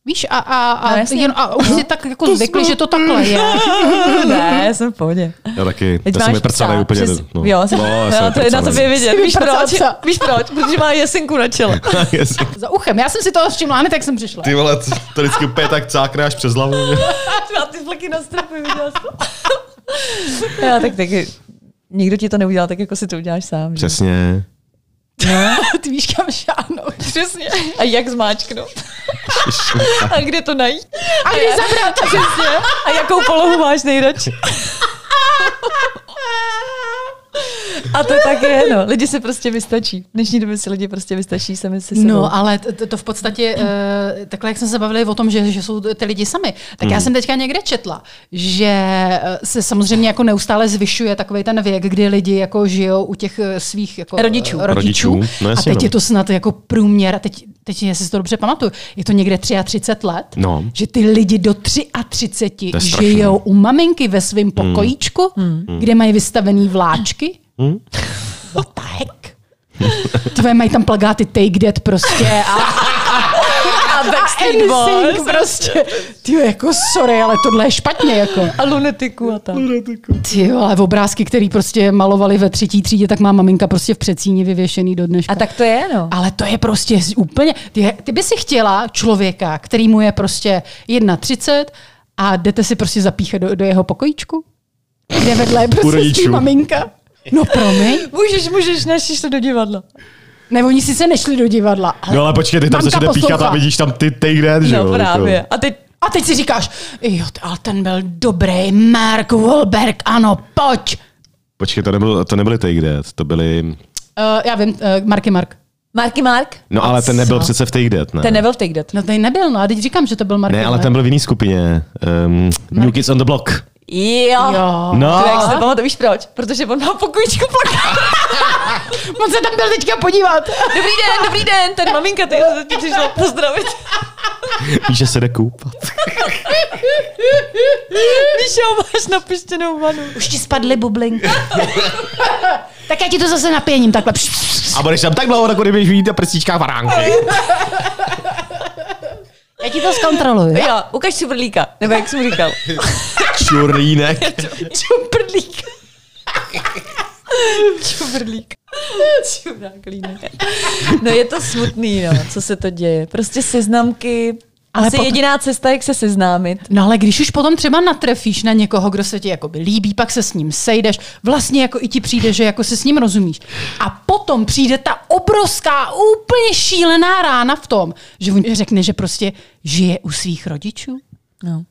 S3: Víš, a, a,
S4: No,
S3: a,
S4: jasně.
S3: jen, a už si tak jako zvykli, že to takhle je.
S4: ne, já jsem v pohodě.
S5: Já taky.
S4: Teď
S5: já
S4: máš
S5: jsem vyprcanej
S4: psa,
S5: úplně.
S4: přes-
S5: No.
S4: Jo, jsem,
S5: no, já
S4: no, to je na tobě vidět. Víš
S3: vyprcala
S4: proč?
S3: psa.
S4: Víš proč? Protože má jesenku na čele.
S5: Jestli-
S3: Za uchem. Já jsem si to všimla, hned jak jsem přišla.
S5: Ty vole, to vždycky úplně tak cákne až přes hlavu.
S4: Má ty fleky na stropu, viděla jsi to? Já tak taky. Nikdo ti to neudělal, tak jako si to uděláš sám. Že?
S5: Přesně.
S3: Ty víš, kam šáhnout.
S4: Přesně. A jak zmáčknout? A kde to najít?
S3: A kdy zabrat?
S4: Přesně. A jakou polohu máš nejradši? A to tak je, no. Lidi se prostě vystačí. V dnešní době si lidi prostě vystačí sami se sebou.
S3: No, ale t- t- to v podstatě, eh, takhle jak jsme se bavili o tom, že, že jsou ty lidi sami, tak
S5: Hmm.
S3: já jsem teďka někde četla, že eh, se samozřejmě jako neustále zvyšuje takový ten věk, kdy lidi jako žijou u těch eh, svých jako eh,
S4: Rodičů.
S3: rodičů.
S5: Rodičů, no
S3: a
S5: jasně,
S3: teď
S5: no.
S3: je to snad jako průměr, a teď, teď jestli si to dobře pamatuju, je to někde 33 let,
S5: No.
S3: že ty lidi do
S5: To
S3: 33
S5: je strašný. Hmm.
S3: žijou u maminky ve svém pokojíčku, kde mají vystavený vláčky.
S5: Hmm.
S3: What the heck? Tvoje mají tam plagáty Take That prostě a,
S4: a
S3: a NSYNC prostě. Ty jako sorry, ale tohle je špatně jako.
S4: A lunetiku a tak.
S3: Ty ale obrázky, které prostě malovali ve třetí třídě, tak má maminka prostě v přecíni vyvěšený do dneška.
S4: A tak to je, no.
S3: Ale to je prostě z- úplně... Ty, ty by si chtěla člověka, který mu je prostě 1,30 a jdete si prostě zapíchat do, do jeho pokojíčku? Kde vedle je prostě
S5: rodičů.
S3: svý maminka? No promiň.
S4: Můžeš, můžeš, našli to do divadla.
S3: Nebo oni sice nešli do divadla. Ale
S5: No ale počkej, ty tam
S3: mamka
S5: se jde píchat a
S3: poslouchá.
S5: vidíš tam ty take that, že jo? jako.
S4: No právě. A teď
S3: A teď si říkáš, jo, t- ale ten byl dobrý, Mark Wahlberg, ano, pojď.
S5: Počkej, to, nebyl, to nebyly take that, to byly...
S3: Uh, já vím, uh, Marky Mark.
S4: Marky Mark?
S5: No ale ten nebyl přece v take that, ne?
S4: Ten nebyl v Take That.
S3: No tady nebyl, no a teď říkám, že to byl Marky
S5: ne, ale
S3: Mark.
S5: ten byl v jiný skupině. Um, New Kids on the Block.
S4: Jo.
S3: Jo.
S5: No,
S4: To jak se pamatuju, víš proč? Protože on má pokojíčku plakát.
S3: On se tam byl teďka podívat.
S4: Dobrý den, dobrý den, ten maminka tady se tě přišla pozdravit.
S5: víš, že se jde koupat.
S4: Víš, jo, máš napuštěnou vanu.
S3: Už ti spadly bublinky. tak já ti to zase napěním takhle.
S5: A budeš tam tak dlouho, tak budeš vidět na prstíčkách varánky.
S3: Já ti to zkontroluji.
S4: Jo, ukaž čuprlíka, nebo jak jsem říkal.
S5: Čurínek.
S4: Čuprlík. Čuprlík. Čuráklínek. No je to smutný, no, co se to děje. Prostě seznamky,
S3: Ale
S4: ale asi
S3: potom-
S4: jediná cesta, jak se seznámit.
S3: No ale když už potom třeba natrefíš na někoho, kdo se ti jakoby líbí, pak se s ním sejdeš, vlastně jako i ti přijde, že jako se s ním rozumíš. A potom přijde ta obrovská, úplně šílená rána v tom, že on řekne, že prostě žije u svých rodičů.
S4: No.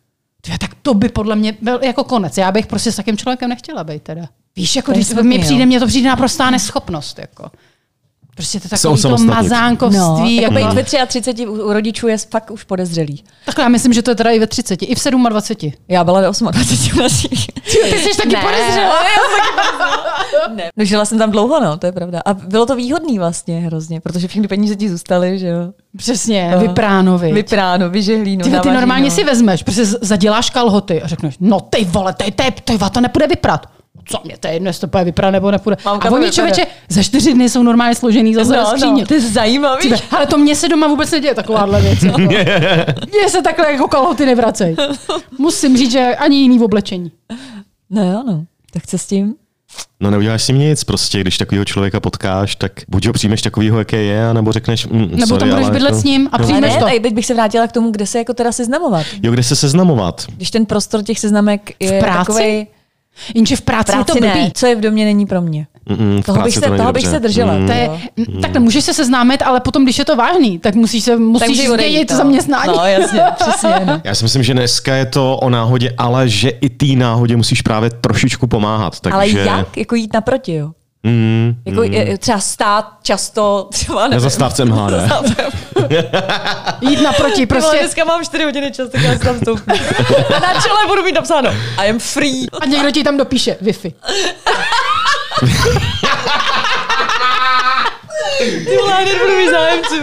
S3: Tě, tak to by podle mě byl jako konec. Já bych prostě s takým člověkem nechtěla být teda. Víš, jako
S4: To je
S3: když
S4: smutný,
S3: mi přijde,
S4: jo.
S3: mně to přijde naprostá neschopnost. Jako. Prostě to
S5: Jsou
S3: takový to
S5: samostatnit.
S4: No,
S3: mazánkovství.
S4: jako
S3: No, jako,
S4: být ve 33 u, u rodičů je fakt už podezřelý.
S3: takhle já myslím, že to je teda i ve 30, i v 27.
S4: Já byla do 28 našich.
S3: Ty jsi taky podezřelá.
S4: já jsem taky podezřelá. Ne. No, žila jsem tam dlouho, no, to je pravda. A bylo to výhodný vlastně hrozně, protože všechny peníze ti zůstaly, že jo.
S3: Přesně,
S4: No.
S3: vypránovi.
S4: Vypráno, no, vyžehlíno.
S3: Ty, ty
S4: navařeno.
S3: normálně si vezmeš, prostě z- zaděláš kalhoty a řekneš, no ty vole, ty, ty, ty, to nepůjde vyprat. Co mě to je jedno, jestli to půjde vyprat nebo nepůjde.
S4: Mamka
S3: a
S4: to
S3: oni
S4: vypere.
S3: člověče, za čtyři dny jsou normálně složený zase no,
S4: no,
S3: skříně.
S4: no, to je zajímavý.
S3: Tybe, ale to mně se doma vůbec neděje takováhle věc. Jako. Mně se takhle jako kalhoty nevracej. Musím říct, že ani jiný v oblečení.
S4: No jo, no. Tak co s tím?
S5: No neuděláš si nic, prostě když takového člověka potkáš, tak buď ho přijmeš takovýho, jaký je, anebo řekneš, mm,
S3: Nebo
S5: sorry,
S3: tam budeš
S5: ale
S3: bydlet
S5: to-
S3: s ním a
S5: Jo.
S3: přijmeš
S4: ne,
S3: to.
S4: tady bych se vrátila k tomu, kde se jako teda seznamovat.
S5: Jo, kde se seznamovat?
S4: Když ten prostor těch seznamek je
S3: V práci?
S4: takovej...
S3: Jenže v práci,
S4: Práci
S3: je to blbý.
S4: ne. Co je v domě, není pro mě.
S5: Mm-mm, v
S4: Toho bych
S5: práci
S4: se,
S5: to není
S4: toho bych
S5: dobře.
S4: se držela.
S5: Mm.
S4: Mm.
S3: To je, tak můžeš se seznámit, ale potom, když je to vážný, tak musíš se musíš změnit zaměstnání.
S4: No, jasně, přesně. No.
S5: Já si myslím, že dneska je to o náhodě, ale že i té náhodě musíš právě trošičku pomáhat. Takže...
S4: Ale jak? Jako jít naproti, jo?
S5: Mm,
S4: Jako mm. třeba stát často, třeba nevím.
S5: Nezastávce MHD.
S3: Jít naproti,
S4: Prostě...
S3: prostě.
S4: Dneska mám 4 hodiny času, tak já si tam vstoupím. A na čele budu mít napsáno I am free.
S3: A někdo ti tam dopíše Wi-Fi.
S4: Ty vole, hned budu mít zájemců.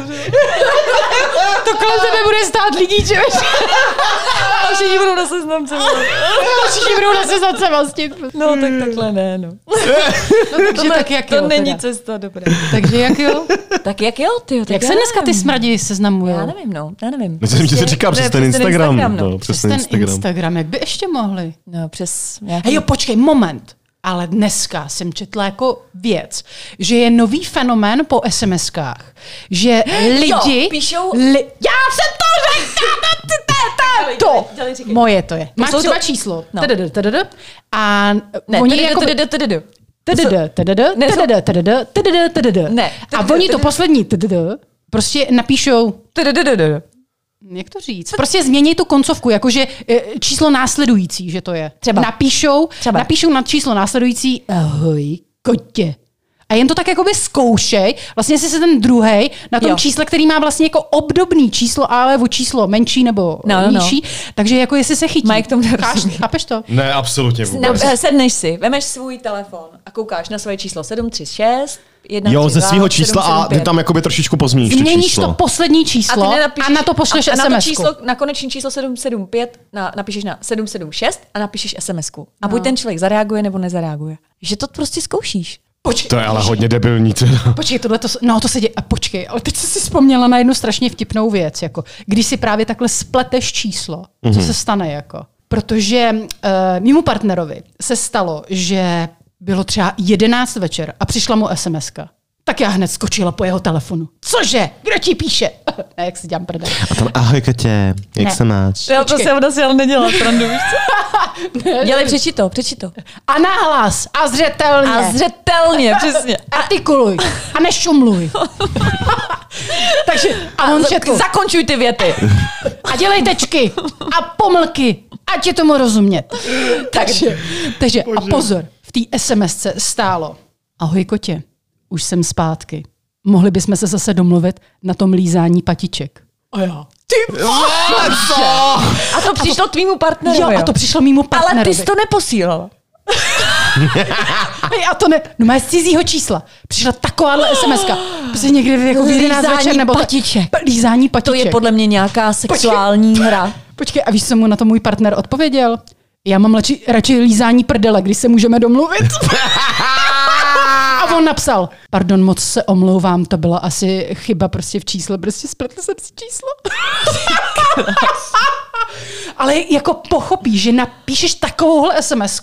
S3: To kolem tebe bude stát lidí, že
S4: A všichni budou na seznamce. vole.
S3: všichni budou na sezace vlastně.
S4: No, tak takhle ne, no.
S3: No, takže tak jak
S4: to
S3: jo,
S4: není
S3: teda.
S4: cesta dobrá.
S3: Takže jak jo?
S4: Tak jak jo, ty?
S3: Jak se dneska ty smradi seznamují?
S4: Já nevím, no, já nevím.
S5: Já jsem ti to říkal přes ten Instagram. no, přes
S3: Ten
S5: ten Instagram.
S3: Instagram, jak by ještě mohli?
S4: No, přes nějaký...
S3: Hej jo, počkej, moment. Ale dneska jsem četla jako věc, že je nový fenomén po SMS-kách, že lidi...
S4: píšou-
S3: Li, já jsem to řekla! to- to- to- To!
S4: Dělej, říkej.
S3: Moje to je. Máš
S4: jsou
S3: třeba
S4: to-
S3: číslo.
S4: No.
S3: Tadada, tadada. A
S4: Ne,
S3: oni
S4: tady
S3: jako...
S4: jako... tady, tady, tady.
S3: tadada, tadada,
S4: Ne, jsou-
S3: tadada, tadada, tadada, tadada.
S4: Ne,
S3: A
S4: tadada,
S3: oni to
S4: tadada.
S3: poslední tadada prostě napíšou
S4: Tady, tady, tady.
S3: jak to říct? Prostě změní tu koncovku, jakože e, číslo následující, že to je.
S4: Třeba.
S3: Napíšou,
S4: Třeba.
S3: napíšou na číslo následující ahoj, kotě. A jen to tak jakoby zkoušej, vlastně jestli se ten druhý na tom jo.
S4: Jo.
S3: čísle, který má vlastně jako obdobný číslo, ale o číslo menší nebo
S4: No, no, no.
S3: nižší, takže jako jestli se chytí.
S4: Mike tomu nerozumí.
S3: Cháš- Chápeš to?
S5: Ne, absolutně
S4: Na, eh, sedneš si, vemeš svůj telefon a koukáš na svoje číslo 736, 1,
S5: Jo, ze svého čísla a ty tam jakoby trošičku pozměníš to
S3: Změníš
S5: číslo.
S3: to poslední číslo a, a na to pošleš
S4: a, a na, to
S3: SMS.
S4: číslo, na koneční číslo 775 na, napíšeš na 776 a napíšeš SMS. A no. buď ten člověk zareaguje nebo nezareaguje. Že to prostě zkoušíš.
S5: To je ale hodně debilní teda.
S3: Počkej, tohle to, no to se děje, a počkej, ale teď jsem si vzpomněla na jednu strašně vtipnou věc, jako když si právě takhle spleteš číslo, mm-hmm. co se stane jako. Protože uh, mýmu partnerovi se stalo, že bylo třeba 11 večer a přišla mu sms tak já hned skočila po jeho telefonu. Cože? Kdo ti píše? ne, jak si dělám prdel.
S5: A tam, ahoj Katě, jak
S3: Ne.
S5: se máš?
S4: Já
S3: to se
S4: ona si ale nedělá srandu, víš Dělej, přečti to, přečti to.
S3: A nahlas, a zřetelně.
S4: A zřetelně, přesně.
S3: Artikuluj a nešumluj. Takže a on četl.
S4: Zakončuj ty věty.
S3: a dělej tečky a pomlky, ať je tomu rozumět. takže, takže a pozor, v té sms stálo. Ahoj kotě, už jsem zpátky. Mohli bychom se zase domluvit na tom lízání patiček. A já. Ty
S4: A to přišlo tvýmu partnerovi.
S3: jo, a to přišlo mimo partnerovi.
S4: No Ale ty jsi to neposílal.
S3: Hej, a to ne, no má z cizího čísla. Přišla takováhle sms Prostě někdy v jako v 11
S4: Lízání
S3: večer nebo
S4: patiček.
S3: Pa- lízání
S4: To
S3: patiček.
S4: je podle mě nějaká sexuální hra.
S3: Počkej, a víš, co mu na to můj partner odpověděl? Já mám radši, radši lízání prdele, když se můžeme domluvit. a on napsal, pardon, moc se omlouvám, to byla asi chyba prostě v čísle, prostě spletl jsem si číslo. Ale jako pochopíš, že napíšeš takovouhle sms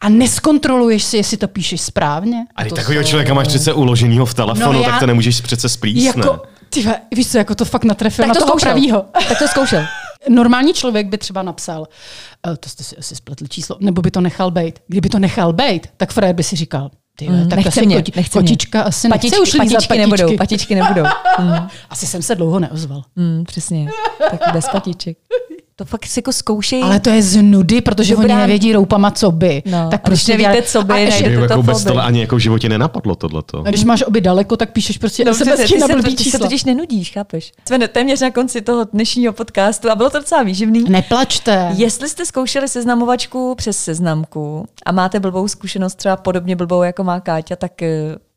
S3: a neskontroluješ si, jestli to píšeš správně.
S5: A ty takového člověka máš přece uloženýho v telefonu,
S3: No,
S5: no,
S3: já-
S5: tak to nemůžeš přece splíst, ne?
S3: Jako, ty ve- víš co, jako to fakt natrefil
S4: Tak
S3: na
S4: to
S3: toho
S4: zkoušel.
S3: pravýho.
S4: Tak to zkoušel.
S3: Normální člověk by třeba napsal, "E, to jste si asi spletl číslo, nebo by to nechal bejt. Kdyby to nechal bejt, tak Fred by si říkal, ty mm, tak
S4: nechce
S3: asi
S4: mě,
S3: koti,
S4: nechce mě.
S3: kotička asi
S4: Patičky,
S3: nechce už lízat
S4: patičky nebudou, patičky nebudou. Mm,
S3: Asi jsem se dlouho neozval.
S4: mm, přesně, tak bez patiček. To fakt si jako zkoušej.
S3: Ale to je z nudy, protože
S4: Dobrá.
S3: oni nevědí roupama, co by.
S4: No,
S3: tak
S4: a když
S3: prostě
S4: nevíte,
S3: dělej-
S4: co by,
S3: a ještě-
S4: najdete-
S5: Mě
S4: to
S5: jako
S4: to
S5: vůbec
S4: fobii.
S5: tohle ani jako v životě nenapadlo tohleto.
S3: a když máš oby daleko, tak píšeš prostě no,
S4: No, přesně,
S3: SMSky
S4: ty,
S3: na
S4: se, to-
S3: blbý
S4: ty se
S3: čísla.
S4: totiž nenudíš, chápeš? Jsme téměř na konci toho dnešního podcastu a bylo to docela výživný.
S3: Neplačte.
S4: Jestli jste zkoušeli seznamovačku přes seznamku a máte blbou zkušenost, třeba podobně blbou, jako má Káťa, tak eh,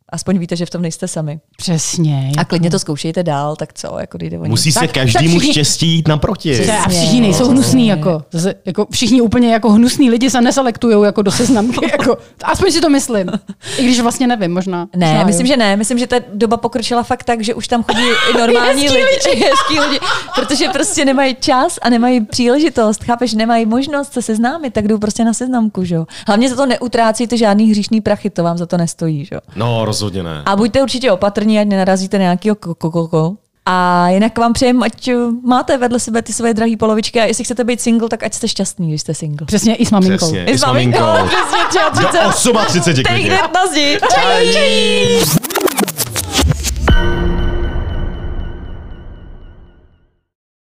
S4: aspoň víte, že v tom nejste sami.
S3: Přesně.
S4: A klidně to zkoušejte dál, tak co, jako jde o nic.
S5: Musí se
S3: Tak- tak
S5: každému
S3: všichni-
S5: štěstí jít naproti.
S3: Přesně, a
S4: Přesně,
S3: všichni nejsou
S4: no.
S3: hnusný, jako, Zase, jako všichni úplně jako hnusný lidi se neselektujou jako do seznamky, jako, aspoň si to myslím, i když vlastně nevím, možná.
S4: Ne,
S3: možná
S4: Znaju.
S3: jo.
S4: myslím, že ne. Myslím, že ta doba pokročila fakt tak, že už tam chodí i normální
S3: Hezký
S4: lidi, hezký lidi, protože prostě nemají čas a nemají příležitost, chápeš, nemají možnost se seznámit, tak jdou prostě na seznamku, že jo. Hlavně za to neutrácíte žádný hříšný prachy, to vám za to nestojí, že jo.
S5: No, rozhodně ne.
S4: A buďte určitě opatrní, ať nenarazíte na nějakého koko. A jinak vám přejem, ať uh, máte vedle sebe ty svoje drahé polovičky a jestli chcete být single, tak ať jste šťastní, když jste single.
S3: Přesně i s maminkou.
S5: Přesně, i s maminkou.
S4: Přesně, třeba
S5: Do 38 klidně.
S4: na zdi.
S5: Čau.